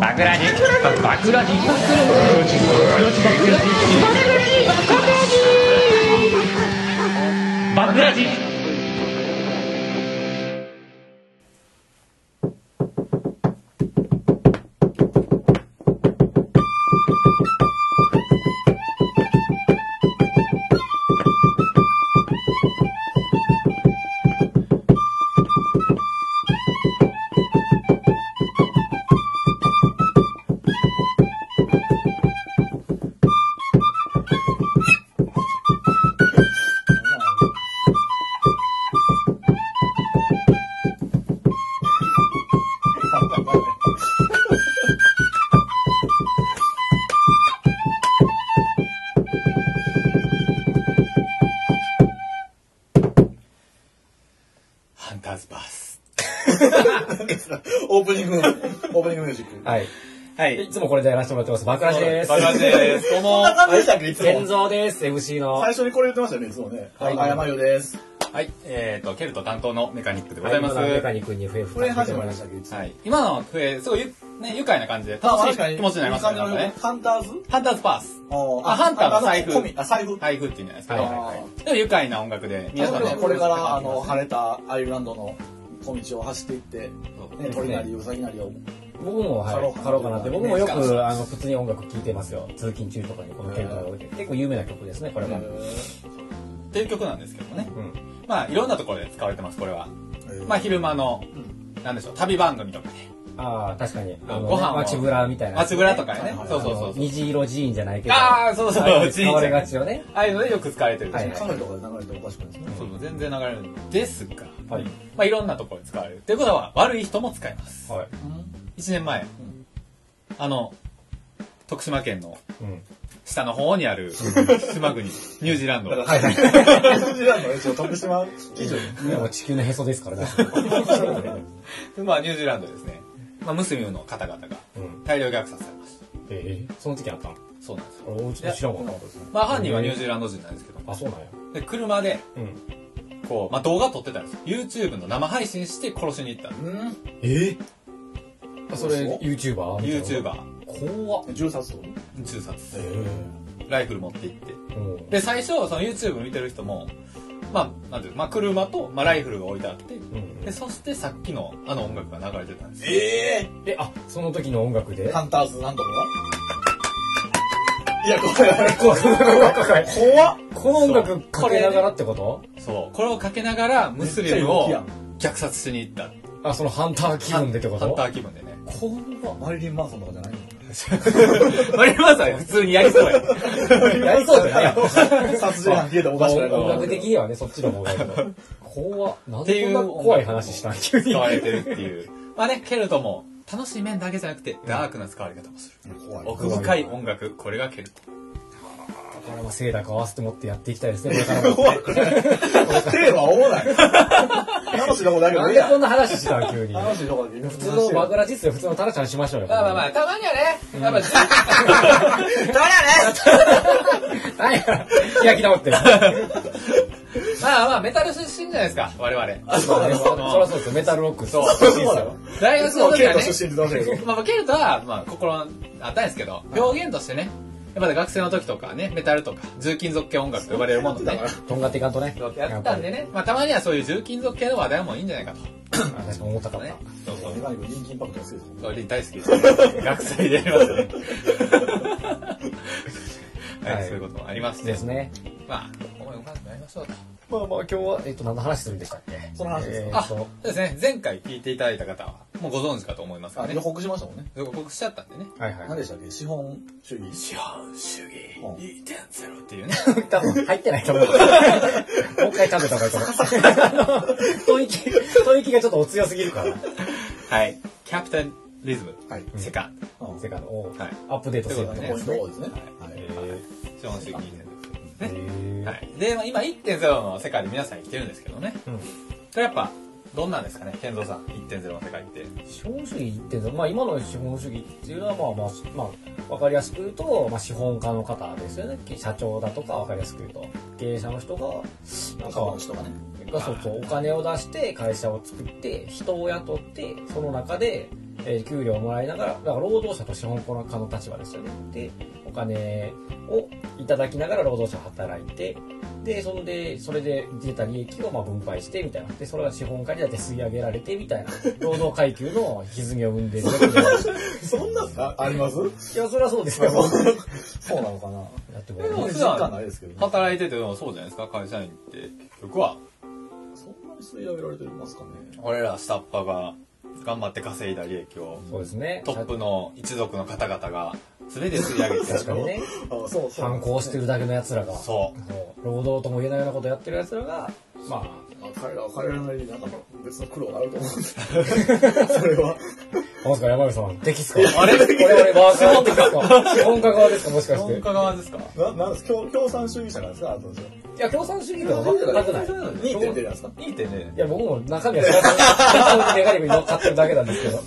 バクラジバクラジバクラジハンターズバース。オープニングの、オープニングミュージック。はい。はい。いつもこれでやらせてもらってます。爆ラジです。バクラジです。どうこんも。な感じでしたっけ、いつ健も。三です。MC の。最初にこれ言ってましたよね、いつもね。はいあ、山よです。はい。えっと、ケルト担当のメカニックでごはざいます。メカニ君に笛吹これ始まりままししたっけ、いつも。はい。今の笛、すごいゆ、ね、愉快な感じで、まあ楽し確かいに。気持ちになりましたね。なんかね。ハンターズハンターズパース。ああハンターのあ財布込みあ、財布。配布っていうんじゃないですか。はいはいはいでも愉快な音楽で、皆さんねこれから、あの、晴れたアイルランドの小道を走っていって、そうね、鳥なりウサギなりを。た。僕も、買はろうい、かな買ろうかなって。僕もよいいですく、あの、普通に音楽聴いてますよ。通勤中とかにこのケルトが置いて。結構有名な曲ですね、これへも。っていう曲なんですけどもね。うん。まあ、いろんなところで使われてます、これは。ーまあ、昼間の、なんでしょう、旅番組とかね。ああ、確かに。あのご飯を街ぶらみたいな。街ぶらとかねはいは。いそうそうそあのうそう。虹色寺院じゃないけど。ああ、そうそう、あれじいち使わゃれんがあちよね。あいうのでよく使われてるんですねはいカナダとかで流れてもおかしくないですね。そうそう全然流れるんですが、はいまあ、いろんなところで使われるということは悪い人も使いますはい。 1年前、んあの徳島県のうん。下の方にある島国ニュージーランドだ から、はい。ニュージーランドの一応、徳島基準。でも地球のへそですからね。まあニュージーランドですね、まあ、ムスリムの方々がうん大量虐殺されましたええ、その時あったのそうなんですよ、俺、おうち知らんかったですね。まあ、犯人はニュージーランド人なんですけどあ、そうなんや。で車でうん。こう、まあ、動画撮ってたんですよ YouTube の生配信して殺しに行ったんでうん。ええそれそう YouTuber? みすたいな YouTuber 怖っ。銃殺とか銃殺えライフル持って行ってえうんで最初その YouTube 見てる人もまあなんていうのまあ車と、まあ、ライフルが置いてあってうんでそしてさっきのあの音楽が流れてたんですよええ、あ、その時の音楽でえハンターズなんとかいや、これ、怖い怖い怖い怖っこの音楽かけながらってことそうこれをかけながらムスリムをめっちゃ陽虐殺しに行ったあ、そのハンター気分でってことハンター気分でね 怖っマリリン・マンソンとかじゃないマリマンさんは普通にやりそう やのやりそうじゃない殺人犯消えてもおかしくないから音楽的にはね、そっちの方がいいけど。怖っ。なんっていでうこんな怖い話したん急に使。われてるっていうまあねケルトも楽しい面だけじゃなくてダークな使われ方もする怖い奥深い音楽これがケルトこれは精高合わせて持ってやっていきたいですね、これからも。テーマ思わない。楽しいとこだけなどんいでやこんな話したん急に。楽しいとこだけど普通のバグラジっすよ、普通のタラちゃんしましょうよ。まあまあまあたまにはねやっぱたまにはね何や開き直ってる。まあまあメタル出身じゃないですか我々あ、そうなのそりゃそうですよ、メタルロック。そうそうなの大学の時ケイはトね出身って言ってましたけど。まあ、ケルトは、まあ、心あったんですけど、表現としてね、やっぱり学生の時とかね、メタルとか、重金属系音楽と呼ばれるものね、とんがっていかんとね。やったんでね、まあ、たまにはそういう重金属系の話題もいいんじゃないかやっぱり。あ確かに重たかと。っねた。。そうそうメ。ガネ君、リンキンパクトが好きですもん俺大好きです。学祭でやりますね。はい、はいそういうこともありましてで、すね。まあ、思い浮かんでやりましょうと。まあまあ今日は、えっと、何の話するんでしたっけその話ですよえーあ、っそと、うですね、前回聞いていただいた方は、もうご存知かと思いますかあ、ら予ね。告しましたもんね。予告しちゃったんでね。はいは何い。でしたっけ資本主義。資本主義2.0って いうね。多分入ってないと思う。もう一回食べた方がいいと思う。あの吐息、吐息がちょっとお強すぎるから。はい。キャプテンリズム。はい。セカンド。うんセカンドをはいアップデートするってことポでインすトね。多いですね。はい。資本主義2.0。へね。ーはい。で、まあ、今1.0の世界で皆さん生きてるんですけどね。うんこれやっぱ、どんなんですかね、健三さん。1.0の世界って。資本主義っていうのは、まあ、今の資本主義っていうのは、まあまあまあ、わかりやすく言うと、まあ、資本家の方ですよね社長だとかわかりやすく言うと経営者の人がなん仲間のか人がね。がそうそうお金を出して会社を作って人を雇ってその中でえー給料をもらいながら、だから労働者と資本家の立場ですよね。で、お金をいただきながら労働者は働いて、で、そんで、それで出た利益をまあ分配してみたいな。で、それが資本家にだって吸い上げられてみたいな。労働階級の歪みを生んでるわけじゃないですか。そんなあありますいや、それはそうですよ。そうなのかな。だってでも俺普実段感ないですけどね働いててもそうじゃないですか、会社員って。結局は、そんなに吸い上げられてますかね俺ら下っ端が頑張って稼いだ利益を、そうですね。トップの一族の方々が全て吸い上げて確かにね。あそうそう反抗してるだけの奴らが。そう。そう労働とも言えないようなことやってる奴らが、ままあ彼らは彼らなりになんか別の苦労があると 思うんですけどそれはあ、なんすか、山口さん、できっすかあれこれ俺、ワーカーですか資本家側ですかもしかして。本家い側ですかななんです共共産主義者なんですかあなたたちはや、共産主義では全くない。 2.0なんですかいいってねい。や、僕も中身は知らない。メガネに乗っかってるだけなんですけど。い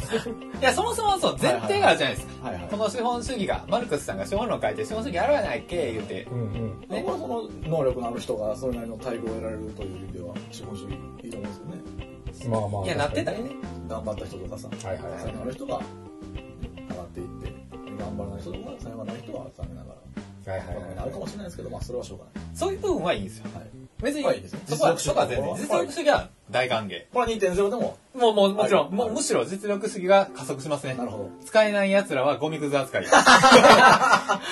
や、そもそもそう、前提があるじゃないですか。はいはいこの資本主義が、マルクスさんが資本論書いて、資本主義あるやないけ、言うてう。んうん。ね、これはその能力のある人がそれなりの待遇を得られるという意味では資本主義いいと思うんですよねまあまあ。いや、なってたよね。頑張った人とかさはいはいはい才能ある人が上がっていって頑張らない人とか才能ない人は残念ながらはいはい上がはらいな。いあるかもしれないですけどまあそれはしょうがないそういう部分はいいんですよ。はい別にはいいいですね、そこは、そ実こは力全然、主義実力主義は大歓迎。これは2.0でももう、もう、もちろはん、いもう、むしろ実力主義が加速しますね。なるほど使えない奴らはゴミくず扱い。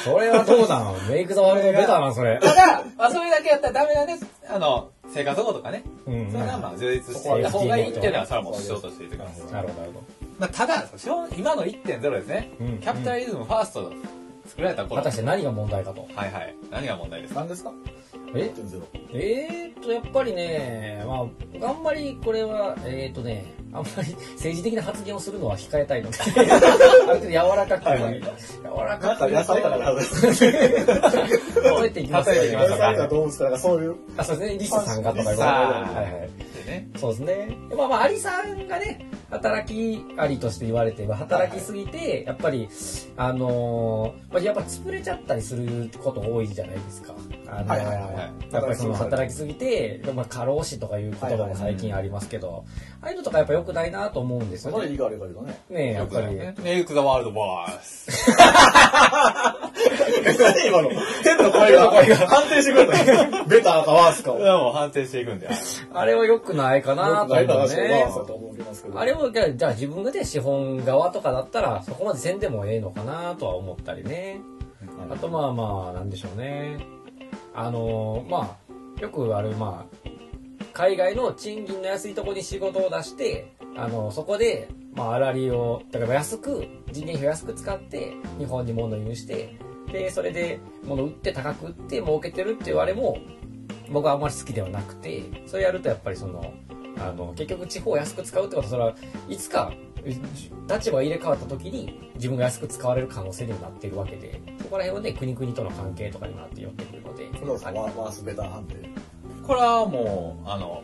それはどうなのメイクザワールド出たな、そ れ。ただ、まあ、それだけやったらダメなんです。あの、生活保護とかね。うんうんそれはまあ、充実していた方がいいっていうのは、それはもう主張としていてください。なるほど、なるほまあ、ただ、資本今の1.0ですねうん。キャピタリズムファースト作られたど。頃。果たはして何が問題かと。いはい。何が問題ですか何ですかえ ?1.0 えーっと、やっぱりね、まあ、僕あんまりこれは、えーっとね、あんまり政治的な発言をするのは控えたい ので、ある程度柔らかく、はいはい柔ならかんかく、野菜だから 例えていきます例えていきま野す菜だから動物だからそういうあ、そうですね、リサさんがとかいうことでリサはいはい。でね。そうですね。まあまあ、アリさんがね、働きありとして言われて、まあ働きすぎて、やっぱり、あのーまあ、やっぱ潰れちゃったりすること多いじゃないですか。あのーはいはいはいはいやっぱりその働きすぎて、まあ、過労死とかいう言葉も最近ありますけど、ああいうのとかやっぱ良くないなと思うんですそよこでね。理解あるから言うとねねえ、やよっくぱないり。ね。メイク・ザ・ワールド・ボース。何今の天の声が判定してくれたベターかワースかそをれはもう判定していくんで。あれは良くないかなと思う大体私はねワー。スだと思いますけどあれも、じゃあじゃあ自分がね、資本側とかだったら、そこまでせんでもええのかなとは思ったりね。あとまあまあ、なんでしょうね。あのーまあ、よくある、まあ、海外の賃金の安いとこに仕事を出して、あのそこで、まあ、粗利を、だから安く、人件費を安く使って、日本に物を輸入して、で、それで物を売って高く売って儲けてるっていうあれも、僕はあんまり好きではなくて、それやるとやっぱりその、あの、結局地方を安く使うってことは、それはいつか、立場が入れ替わった時に自分が安く使われる可能性にもなっているわけで、そこら辺はね、国々との関係とかにもなって寄ってくるので、工藤さんワワースベター判定これはもう、あの、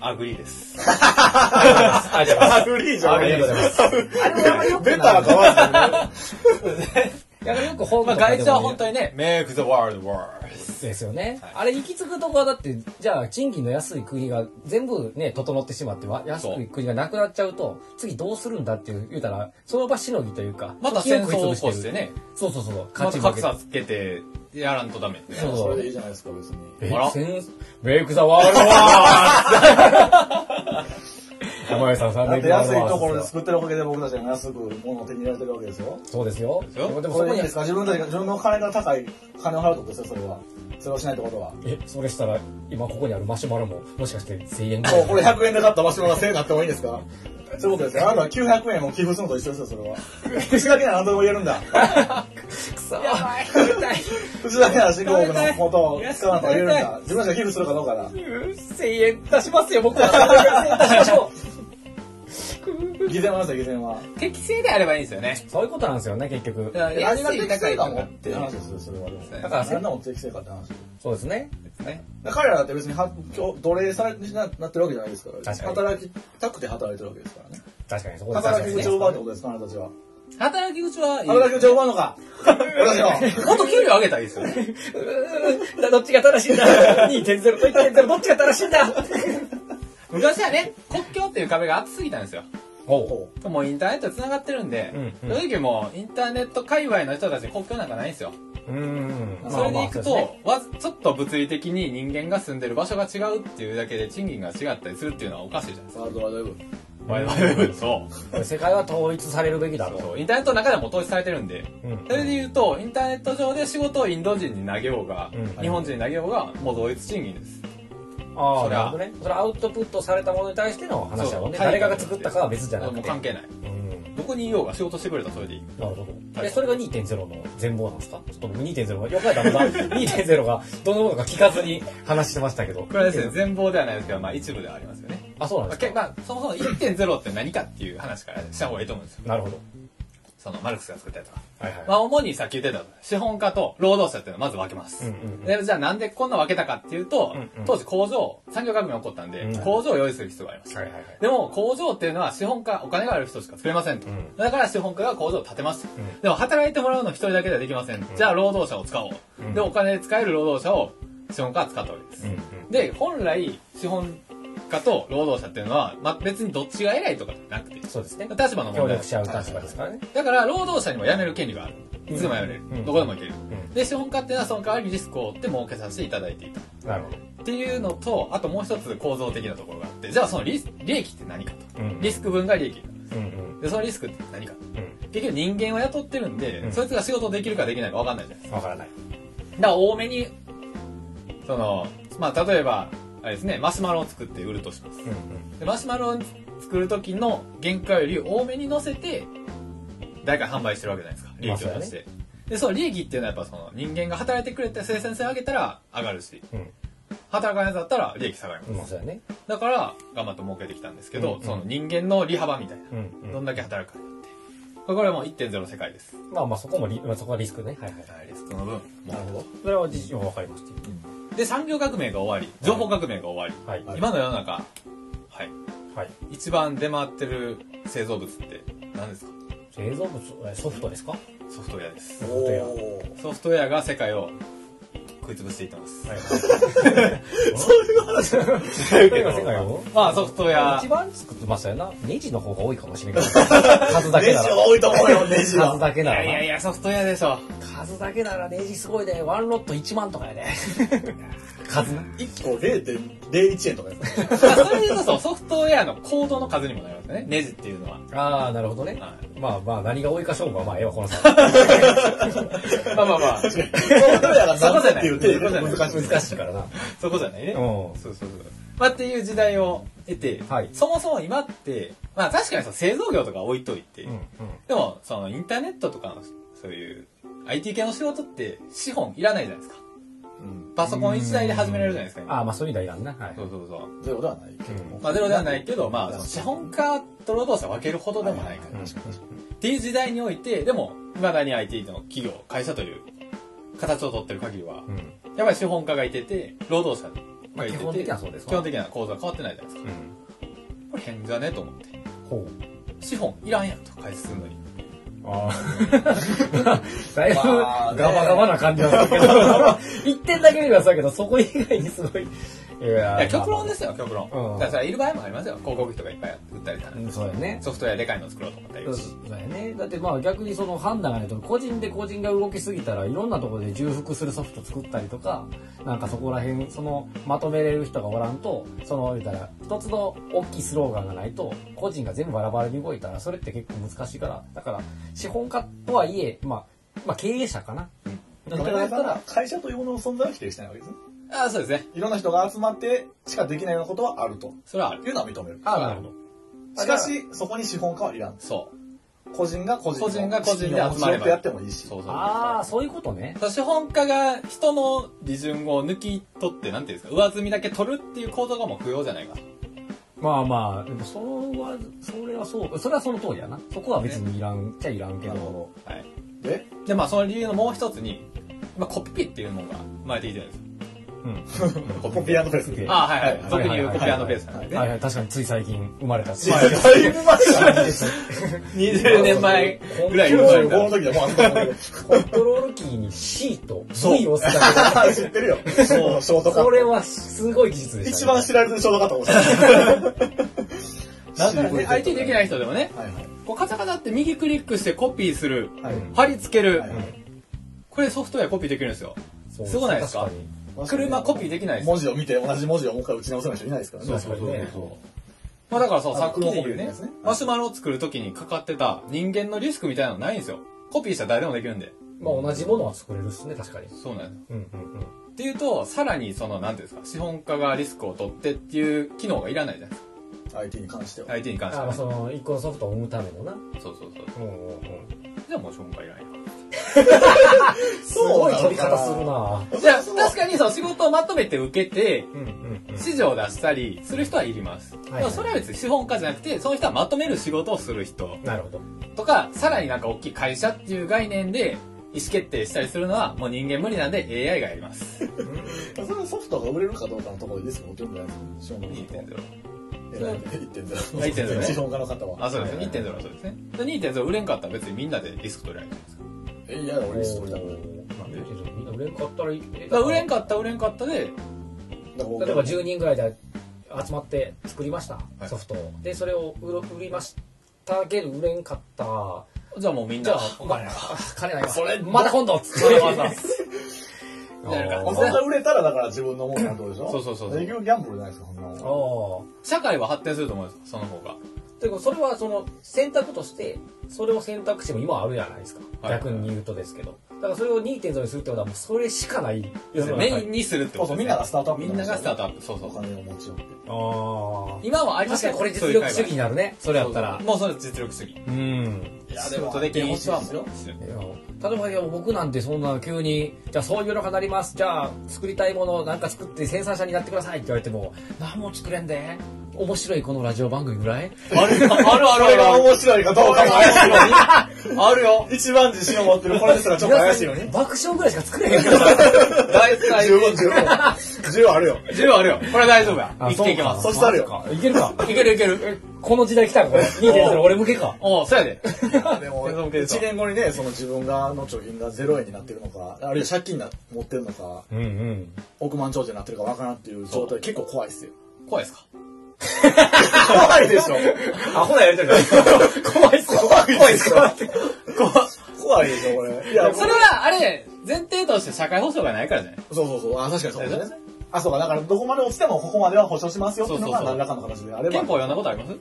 アグリーです。ありがとうございます。アグリーじゃあなりいがとうございます。 ベターかワースだねだからよく本まとあ、か外で注はも本当にね、メイク・ザ・ワールド・ボース。ですよねはい。あれ行き着くとこはだって、じゃあ賃金の安い国が全部ね、整ってしまって、わ安くい国がなくなっちゃうと、次どうするんだっていう、言うたら、その場しのぎというか、また勢い戦争をを起こ食い潰しるて。ね、そうそうそう、また負格け差つけて、やらんとダメってね。そうそれでいいじゃないですか別にえあら戦メイクザワールド山井さんさんだメっイてクザワ安ールいドところで作ってるおかげで僕たちは安く物を手に入れられてるわけですよそうですよ。でですよもでもそそれこいいにで、すか自分たちが自分の金が高い金を払うってことですよそれはそれをしないってことはえ、それしたら、今ここにあるマシュマロも、もしかして1000円ぐらそういこれ100円で買ったマシュマロが1000円になってもいいんですかそういうことですよ。あなたは900円を寄付するのと一緒ですよ、それは。口だけなら何でも言えるん だ。くそやばい口だけなら新興国のことを使わなと言えるん だ。自分たちが寄付するかどうかだ。 1000円出しますよ、僕は。1000円出しましょ偽善はなさい、偽善は。適正であればいいんですよね。 う。そういうことなんですよね、結局。だから何が安い適高正いかともかっってて話ですよ、それはでも。そうだから、何なも適正かって話。そうですね。ね。彼らだって別には今日奴隷されてななってるわけじゃないですから。確かに働きたくて働いてるわけですからね。確かに、そこで働き口を奪うってこね。とですか、あなたたちは。働き口はいい。働き口を奪うのか 私は。 もっと給料上げたらいいですよね。うーんどっちが正しいんだ ?2.0 と1.0、どっちが正しいんだ 昔はね、国境っていう壁が厚すぎたんですよ。ほほもうインターネットつながってるんで、うんうん正直もうインターネット界隈の人たちに国境なんかないんですよ。う。うん。それでいくと、まあまあわずちょっと物理的に人間が住んでる場所が違うっていうだけで賃金が違ったりするっていうのはおかしいじゃないですう。ワールドワイドウェブ。か。ワイワイウェブそうそうですね世界は統一されるべきだと。そう。インターネットの中でも統一されてるんで、うんそれで言うと、インターネット上で仕事をインド人に投げようが、うん日本人に投げようが、もう同一賃金です。ああ、そりなゃるほどね。それアウトプットされたものに対しての話だもんね。そう誰かが作ったかは別じゃなくもて。う関係ない。うん。どこにいようが仕事してくれたらそれでいい。なるほど。はえ、いそれが2.0の全貌なんですかちょっと僕2.0が、よくやったらまだ2.0がどのものか聞かずに話してましたけど。これはですね、全貌ではないですけど、まあ一部ではありますよね。あ、そうなんまであ、けすか。まあ、そもそも1.0って何かっていう話からした方がいいと思うんですよ。なるほど。そのマルクスが作ったやつは。はいはい。まあ主にさっき言ってた資本家と労働者っていうのをまず分けます。うんうんうんでじゃあなんでこんな分けたかっていうと、うんうん当時工場、産業革命起こったんで、うん工場を用意する必要がありました。はいはいはい。でも工場っていうのは資本家、お金がある人しか作れませんと。うんだから資本家が工場を建てますと、うんでも働いてもらうの一人だけではできません。じゃあ労働者を使おう。うんで、お金で使える労働者を資本家は使ったわけです。うんうん。で、本来資本家と労働者っていうのは、まあ、別にどっちが偉いとかじゃなくて、そうですね。立場の問題協力し合う立場ですからね。だから労働者にも辞める権利があるいつでも辞めれる、うんどこでも行ける、んで資本家っていうのはその代わりにリスクを負って儲けさせていただいていたっなるほど。ていうのとあともう一つ構造的なところがあってじゃあそのリス利益って何かと、うんリスク分が利益うんうんでそのリスクって何かう結局人間を雇ってるんで、うんそいつが仕事できるかできないか分かんないじゃないですん。わからない。かだから多めにそのまあ例えばあれですねマシュマロを作って売るとしますうんうん。でマシュマロを作る時の原価より多めに乗せて誰かに販売してるわけじゃないですか利益まあを出して、でその利益っていうのはやっぱその人間が働いてくれて生産性上げたら上がるしうん。働かないやつだったら利益下がります、まあ、そうやね。だから頑張って儲けてきたんですけど、うんその人間の利幅みたいな、うんどんだけ働くかによってこれこれはもう1.0の世界ですまあまあ、そこもリ、まあ、そこはリスクね。はいはい。リスクの分なるほど。それは自身はわかりましで産業革命が終わり情報革命が終わり、た。はい。はい。今の世の中はいはい。一番出回ってる製造物って何ですか製造物、えソフト ですかはソフトウェアですう。ほどやおーソフトウェアが世界を食い潰していってます。い。そういう世界が世界をまあソフトウェア一、番作ってましたよな。ネジの方が多いかもしれないけど。数だけネジな はら。多いと思うよ、ネジ は数。だけいなやらな。いやいや、ソフトウェアでしょ。数だけならネジすごいね。ワンロット1万とかやね。 数な。 1個0.01円とかですね。まあそれでこそソフトウェアのコードの数にもなりますよね。ネジっていうのは。ああ、なるほどね。はまあまあ、何が多いか勝負はまあ、ええわ、このさ。まあまあまあ、そうだから何だっていう手で難しい。 難しいからな。そこじゃないね。うん。そうそうそう。まあっていう時代を得て、はいそもそも今って、まあ確かにその製造業とか置いといて、うん。うん。でもそのインターネットとかのそういう IT 系の仕事って資本いらないじゃないですか。パソコン1台で始められるじゃないですか、今ああ、まあそういうのはいらんな。はい。そうそうそう。ゼロではないけども。まあ、ゼロではないけど、まあ、その資本家と労働者分けるほどでもないかうら。んっていう時代において、でも、未だに IT の企業、会社という形を取ってる限りは、うん。やっぱり資本家がいてて、労働者がまあい基てて、本的にはそうですわ基本的な構造は変わってないじゃないですか。うん。これ変じゃねと思って。ほう。資本いらんやんと、開始するのに。ああ。だいぶ、まあねガバガバな感じなんですけど、一点だけ見ればそうやけど、そこ以外にすごい。いいや。や、極論ですすよ、極論。うんだからそれはいる場合もありますよ。広告費とかいっぱい売ったりとかう。ん、そうやね。ソフトウェアでかいの作ろうと思ったりそう。だよね。だってまあ逆にその判断がないと、個人で個人が動きすぎたら、いろんなところで重複するソフト作ったりとか、なんかそこら辺、その、まとめれる人がおらんと、その、言うたら、一つの大きいスローガンがないと、個人が全部バラバラに動いたら、それって結構難しいから、だから、資本家とはいえ、まあ、まあ経営者かな。だから、会社というものの存在を否定してないわけですね。ああ、そうですね。いろんな人が集まってしかできないようなことはあると。それはある。いうのは認める。ああ、なるほど。しかし、そこに資本家はいらん。そう。個人が個人個人が個人で集まれば資金を持ち寄ってやってもいいし。そうそうそう。ああ、そういうことね。資本家が人の利潤を抜き取って、なんていうんですか、上積みだけ取るっていう行動がもう不要じゃないかと。まあまあ、でもそれは、それはそう、それはその通りやな。そこは別にいらんっちゃいらんけなるど。ほはい。ど。で、で、まあその理由のもう一つに、まあコピピっていうのが生まれてきてるんですよ。うん。コピーペースト。ああ、はいはい。はい特に言うコピアのベースなんではいね。はい、確かについ最近生まれた。だいぶ前から。 20年前ぐらいに生まれ95のた。時でもうあったもんねコントロールキーに C と V を押すだ知ってるよ。そう、ショーけトで、カッこト。れはすごい技術でした、一番知られてるショートカットかもしれない。なんななららねね IT できない人でもねはいはいこうカチャカチャって右クリックしてコピーするはい貼り付ける、はいはいこれソフトウェアコピーできるんですよそうすごないですか確に車コピーできないです文字を見て同じ文字をもう一回打ち直せない人いないですからね。そうそうそうそうまあだからさ、あさっきで黒コピ言ーうのねやつね、マシュマロを作るときにかかってた人間のリスクみたいなのないんですよ。コピーしたら誰でもできるんで。まあ同じものは作れるっすね、確かに。そうなんです。うんうんうん。っていうと、さらにその、なんていうんですか、資本家がリスクを取ってっていう機能がいらないじゃないですか。 IT に関しては。 IT に関してはあまあね。その、一個のソフトを生むためのな。そうそうそう。うんうんうん。じゃあもう資本家いらないな。すごい取りそうなの方かするなじゃあ、確かにその仕事をまとめて受けて、うんうんうん。指示を出したりする人はいります。いでもそれは別に資本家じゃなくて、その人はまとめる仕事をする人なるほど。とか、さらになんか大きい会社っていう概念で意思決定したりするのはもう人間無理なんで AI がやります。そのソフトが売れるかどうかのところでリスクを受けるんじゃないですか。 2.0 1.0。 1.0ね資本家の方は。あそうですねはいはい1.0はそうですねで2.0売れんかったら別にみんなでリスク取れないじゃないですかえ、いや、俺リスク取りたくない。なんでみんな売れんかったらいい。だから売れんかった売れんかったでだから僕例えば10人ぐらいで集まって作りました、いソフトを。で、それを売ろ売りましたけど、売れんかった。じゃあもうみんじゃなあ、まあ、金ないわ。それまた今度つっそてれはさなるまかあそれが売れたらだから自分のものになるってことでしょそうそうそうそう営業ギャンブルじゃないですか、そんなもん。ああ。社会は発展すると思うんですよその方がというかそれはその選択としてそれを選択肢も今あるじゃないですか、はい逆に言うとですけどだからそれを2.0にするってことはもうそれしかない要するにメインにするってそこうそとう、ですねみんながスタートアップみんながスタートアッアップそうそおう金を持ち寄って。ああ今はありま確すかよにこれそう実いう力会話主義になるねそれやったらそうそうもうそれ実力主義うんいやでもとできん一番も いや例えばいや僕なんてそんな急に「じゃあそういうのがなりますじゃあ作りたいものをなんか作って生産者になってください」って言われても「何も作れんで面白いこのラジオ番組ぐらい?」あるあるあこるれがある面白いかどうかも怪しいよあるように。 一番自信を持ってるこれですらちょっと怪しいように。爆笑ぐらいしか作れへんから大好十分、十分。十分あるよ。き10あるよこれ大丈夫やあ生きていけますそしたらよ。いけるかいけるいけるこの時代来たんこれ2.0俺向けかおうそうやで でも、全然1年後にね、その自分がの貯金が0円になってるのか、あるいは借金が持ってるのか、うんうん億万長者になってるかわからんっていう状態結構怖いっすよ。怖いですか怖いでしょ。アホなやりと りだ。怖いっすよ。怖いっすよ。 怖いでしょ、これ。いや、それは、あれ、前提として社会保障がないからじゃないそうそうそう。あ、確かにそうそうでですすね。あ、そうか。だから、どこまで落ちても、ここまでは保証しますよっていうのが、そうそうそ何うらかの形であれば、憲法読んだことあります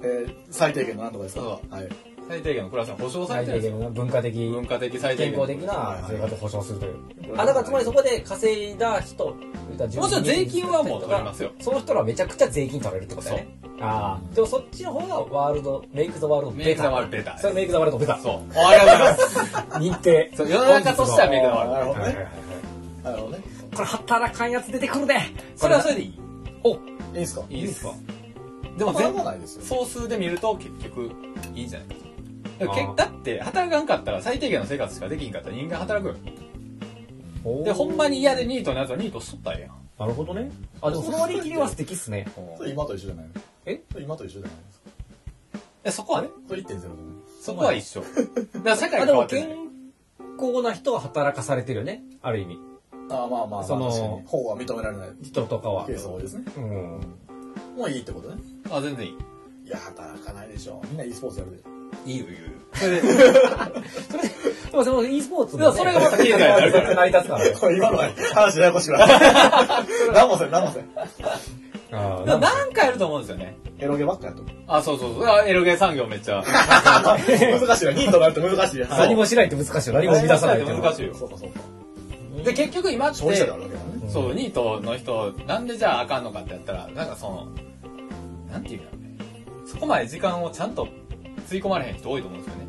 えー最低限の何とかですか。そはい。最低限のクラスが保障され最てるんですよ低限の文化的、文化的最低健限康的な生活を保障するという。あ、だからつまりそこで稼いだ人、もちろん税金はもう取取りますよその人らはめちゃくちゃ税金取れるってことだよね。ああ。でもそっちの方がワールド、メイク・ザ・ワールドメイクザワールドベタそれメイク・ザ・ワールドベタ。そうおはようございます認定。そう世の中としてはメイクザワールドなるほどはいはいね。はいなるほどね。これ働かんやつ出てくるね。それはそれでいいお、いいですかいいですかででもも、全全部ないですよ。総数で見ると結局いいんじゃないかとでもあーけだって働かんかったら最低限の生活しかできんかったら人間働くよでほんまに嫌で。ニートのやつはニートしとったらええやんなるほどね。あ、でもその割り切りは素敵っすね。それ今と一緒じゃないのえそれ今と一緒じゃないですかでそこはねそれ1.0じゃないそこは一緒だから社会が変あでわもって健ない康な人は働かされてるよねある意味あーまあまあまあ、その確かに法は認められない人とかはケースが多いですね。うんもういいってことね。あ全然いいいや、働かないでしょ。みんな e スポーツやるで。いいよいいよそれででもその e スポーツでもそれがまた経済になるから成り立つからねこれ 今のは話ややこしくな った。何もせん、何もせん。あだからなんかやると思うんですよねエロゲばっかやっとる。あそうそうそうあエロゲー産業めっちゃ難しいわ。ヒントがあると難しいよ。何もしないって難しいよ何も生み出さないって何もしないって難しいよそうかそうか。で結局今って消費者であるわけだもんね。そう、ニートの人、なんでじゃああかんのかってやったら、なんかその、なんていうんだろうね。そこまで時間をちゃんとつい込まれへん人多いと思うんですよね。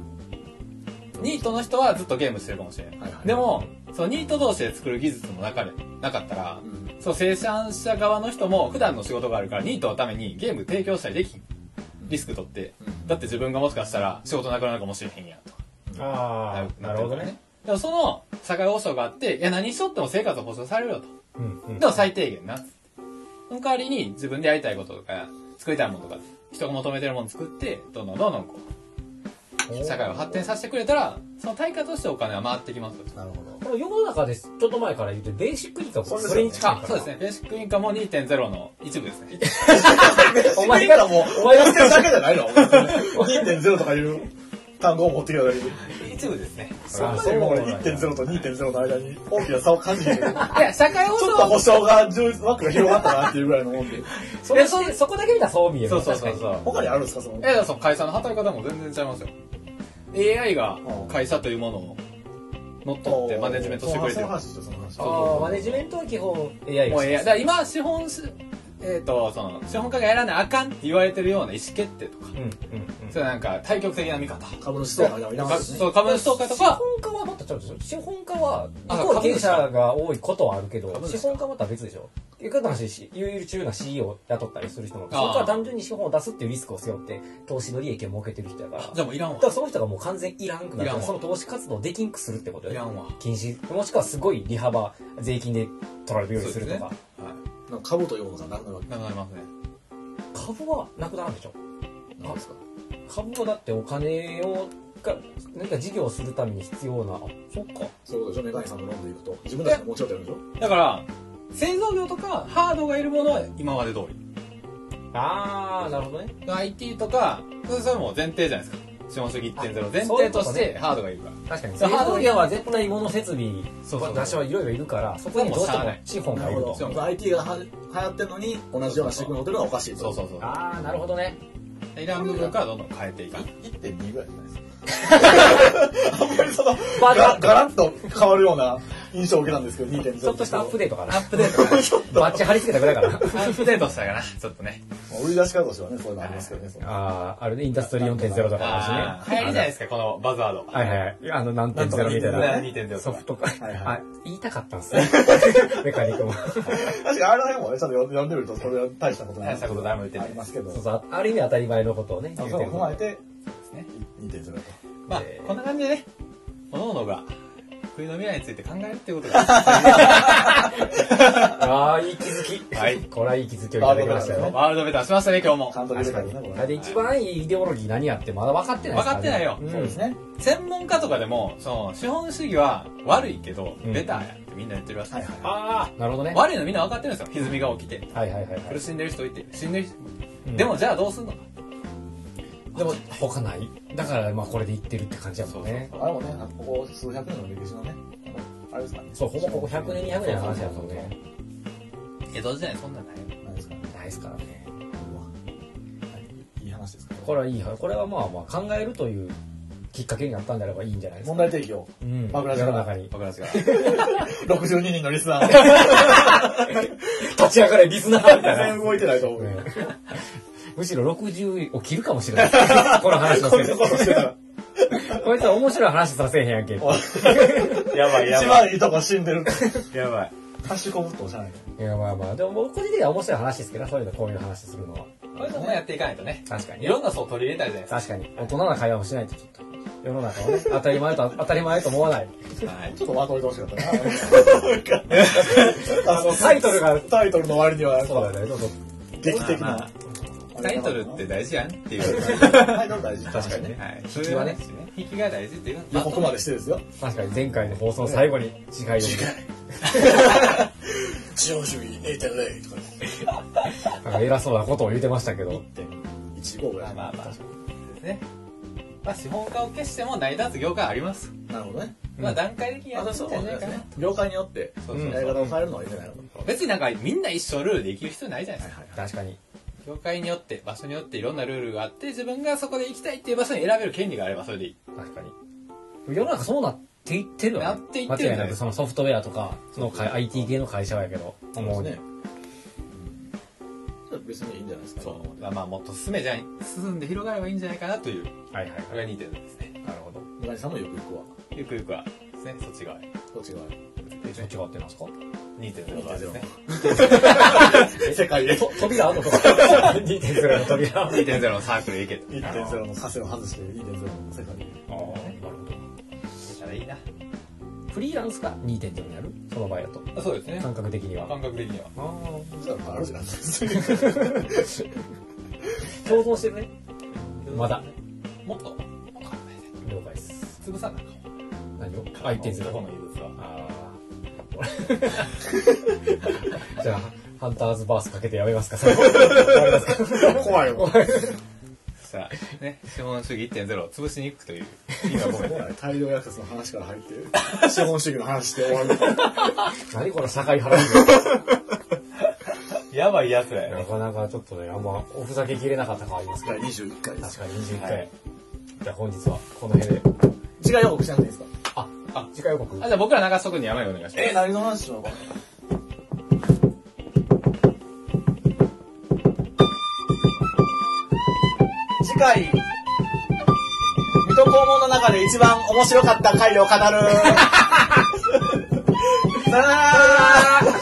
ニートの人はずっとゲームしてるかもしれない。はいはいでも、そのニート同士で作る技術もなかれなかったら、うんそう生産者側の人も普段の仕事があるから、ニートのためにゲーム提供したりできん。リスク取って。うんだって自分がもしかしたら仕事なくなるかもしれへんやんとか。ああなるほどね。でもその、社会保障があって、いや何しとっても生活は保障されるよと。うんうんでも最低限な。その代わりに自分でやりたいこととか、作りたいものとか、人が求めてるもの作って、どんどんどんどんこう、社会を発展させてくれたら、その対価としてお金は回ってきますよ。なるほど。この世の中でちょっと前から言うとベーシックインカムそうですよねそれに近いかあらそうですね。ベーシックインカムも2.0の一部ですね。お前からがもう、お前が押してるだけじゃないの ?2.0 とかいう単語を持ってきただけ で。一部ですね。そんなにもう俺1.0と2.0の間に大きな差を感じ てる。ちょっいや、社会放と保証が充実、枠が広がったなっていうぐらいのもんで。それそそこだけ見たらそう見える。そうそうそうそう。他にあるんですか、そのい。や、だからその会社の働き方も全然違いますよ。AI が会社というものを乗っ取ってマネジメントしてくれてる。そのも話とその話確かにあーマネジメントは基本 AI う AI。だから今、資本し、えっ、と、その、資本家がやらなあかんって言われてるような意思決定とか、うんうんうん。そういうなんか対極的な見方。株主総会がいなかかったですね。そう、株主総会とか、資本家はまたちょっと資本家はイあコール経営者が多いことはあるけ株ど主資か本家はまた別でしょいうことな話し有利中な CEO を雇ったりする人もあそーこは単純に資本を出すっていうリスクを背負って投資の利益を儲けてる人やからじゃだあもういらんわか。らその人がもう完全にいらんくなっいらたんわらその投資活動できんくするってこといでらんわ。は禁止もしくはすごい利幅税金で取られるようにするとか、そうでなんか株というものがなくなるわけい。なくなりますね。株はなくなるんでしょなんですか。株はだってお金をが何か事業をするために必要なあそっかそういうことでしょ、メガネさんの論でいくと。自分たちが持ち寄ってるんでしょだから、製造業とかハードがいるものは今まで通り。ああなるほどね IT とか、それも前提じゃないですか。資本主義1.0前そう提いうこととねしてハードがいるから。確かにそ製う造業は絶対物設備そうそう出しはいろいろいるからそこにどうしても資本がいるとそ僕 IT がは流行ってるのに同じような仕組みを持ってるのがおかしいと。そうそうそう。ああなるほどねいらん部分からどんどん変えていかない。 1.2ぐらいじゃないですか。あんまりその、バージョンアッガプガラッと変わるような印象を受けたんですけど、2.0。ちょっとしたアップデデートかなアップデートかな。バッチ貼り付けたぐらい かなアップデートしたかな、ちょっとね。ート。売り出し方としてはね、そういうのありますけどね。そのあああれねインダストリー4.0とかああーるしね流行りじゃないいですか、このバズワード。はいはいあの何点ゼロみたいなんとかな2.0とかねソフトかはいはいあ言いたかったんす ねメカニックも確かにあれの辺もね、ちょっと読んでみると、それは大したことない。大したことないもん言ってあないりますけど。そうそそうあある意味当たり前のことをねういうのを踏まえて、すね2.0と。まあえ、ーこんな感じでね、各々が国の未来について考えるっていうことが、ああいい気づきはいこれはいい気づきをいただきましたバージョンアップねよワールドベターしましたね、今日もち。ゃんと出てたですね、こあれれ。一番いいイデオロギー何やってまだ分かってないですからね分かってないようんそうですね。専門家とかでも、その、資本主義は悪いけどう、んベターやってみんな言ってるらしいはい。はああなるほどね悪いのみんな分かってるんですよ。歪みが起きて。はいはいはいはい苦しんでる人いて、死んでる人もいてうんでも、じゃあどうすんのか。でも他ないだからまあこれでいってるって感じやもんねい。あれもね、あのここ数百年の歴史のね、あれですかね。そうほぼここ100年200年の話やもんね江戸時代そんなんないよ。ないですかね。ないですからねうわはいいい話ですかこれはいい話これはまあまあ考えるというきっかけになったんであればいいんじゃないです問か題提起を。うん枕じゃ世なの中に僕たちが。 62人のリスナー立ち上がれリスナーみ全たい 然動いてないと思う。なむしろ60を切るかもしれない この話のこせんいなでことしてたら。こいつは面白い話させへんやんけってやばい、や一ばい。番いいとこ死んでる。やばい。ハッシュコブっとおしゃれ。いやまあまあでも僕個人的には面白い話ですけどそういうのこういう話するのはこういうのもやっていかないとね。確かにいろんな層取り入れたりじゃないですか。確かに大人な会話をしないとちょっと世の中をね当たり前と当たり前と思わないはい。ちょっとまとめてほしかったな。あのタイトルがタイトルの割には、そうだねちょっと劇的まあまなあ。タイトルって大事やんっていう。タイトル大事。確かにねはい。引きはねそういう話ね。引きが大事っていう。予告までしてですよ。確かに前回の放送の最後に次回を見る資本主義0.0とかなんか偉そうなことを言ってましたけど1.15まぐらあい。まあまあ。ですね。まあ、資本家を消しても成り立つ業界あります。なるほどね。まあ、段階的にやあっていそうくんじゃそなういかな。業界によって、そうそうやり方を変えるのはいいんじゃないの別になんかみんな一生ルールで生きる必要ないじゃないですか。確かに業界によって、場所によっていろんなルールがあって、自分がそこで行きたいっていう場所に選べる権利があればそれでいい。確かに世の中そうなっていってるよねなっていってる間違よねいなくそのソフトウェアとかその会 IT 系の会社はやけど思うにね。うん別にいいんじゃないですか。そう。まあまあ、もっと進めじゃい、進んで広がればいいんじゃないかなという、はいはいこはれいが2点ですね。なるほど村井さんもよく行くわ。ゆくゆくはですね、そっち側に。どっちがえちょっと違ってますか2.0側ですね。世界でと扉あるのとか 2.0の扉あー2.0のサークルへ行けて。 1.0の枷を外して2.0の世界で。なるほどたらいいな。フリーランスが2.0になるその場合だとそうですね。感覚的には感覚的には。あーじゃあ、あるじゃないですか。共存してるねまだもっと、わかんないね。了解です潰さなあかん何をわあ、1.0男の異物は。 ああ。じゃあ、ハンターズバースかけてやめますか、最後怖いわ。さあ、ね、資本主義1.0を潰しに行くという。今ごめん。大量虐殺の話から 入って、資本主義の話で終わる。何この社会ハラスメントやばいやつだよなね。かなかちょっとね、あんまおふざけきれなかった感ありますけど。第21回です確。かに21回。はいじゃあ本日はこの辺で。次回予告しなくていいですかあ、あ、次回予告あ、。じゃあ僕ら流しとくんでやばいお願いします。え、何の話しようか次回、水戸黄門の中で一番面白かった回を語る。さよなら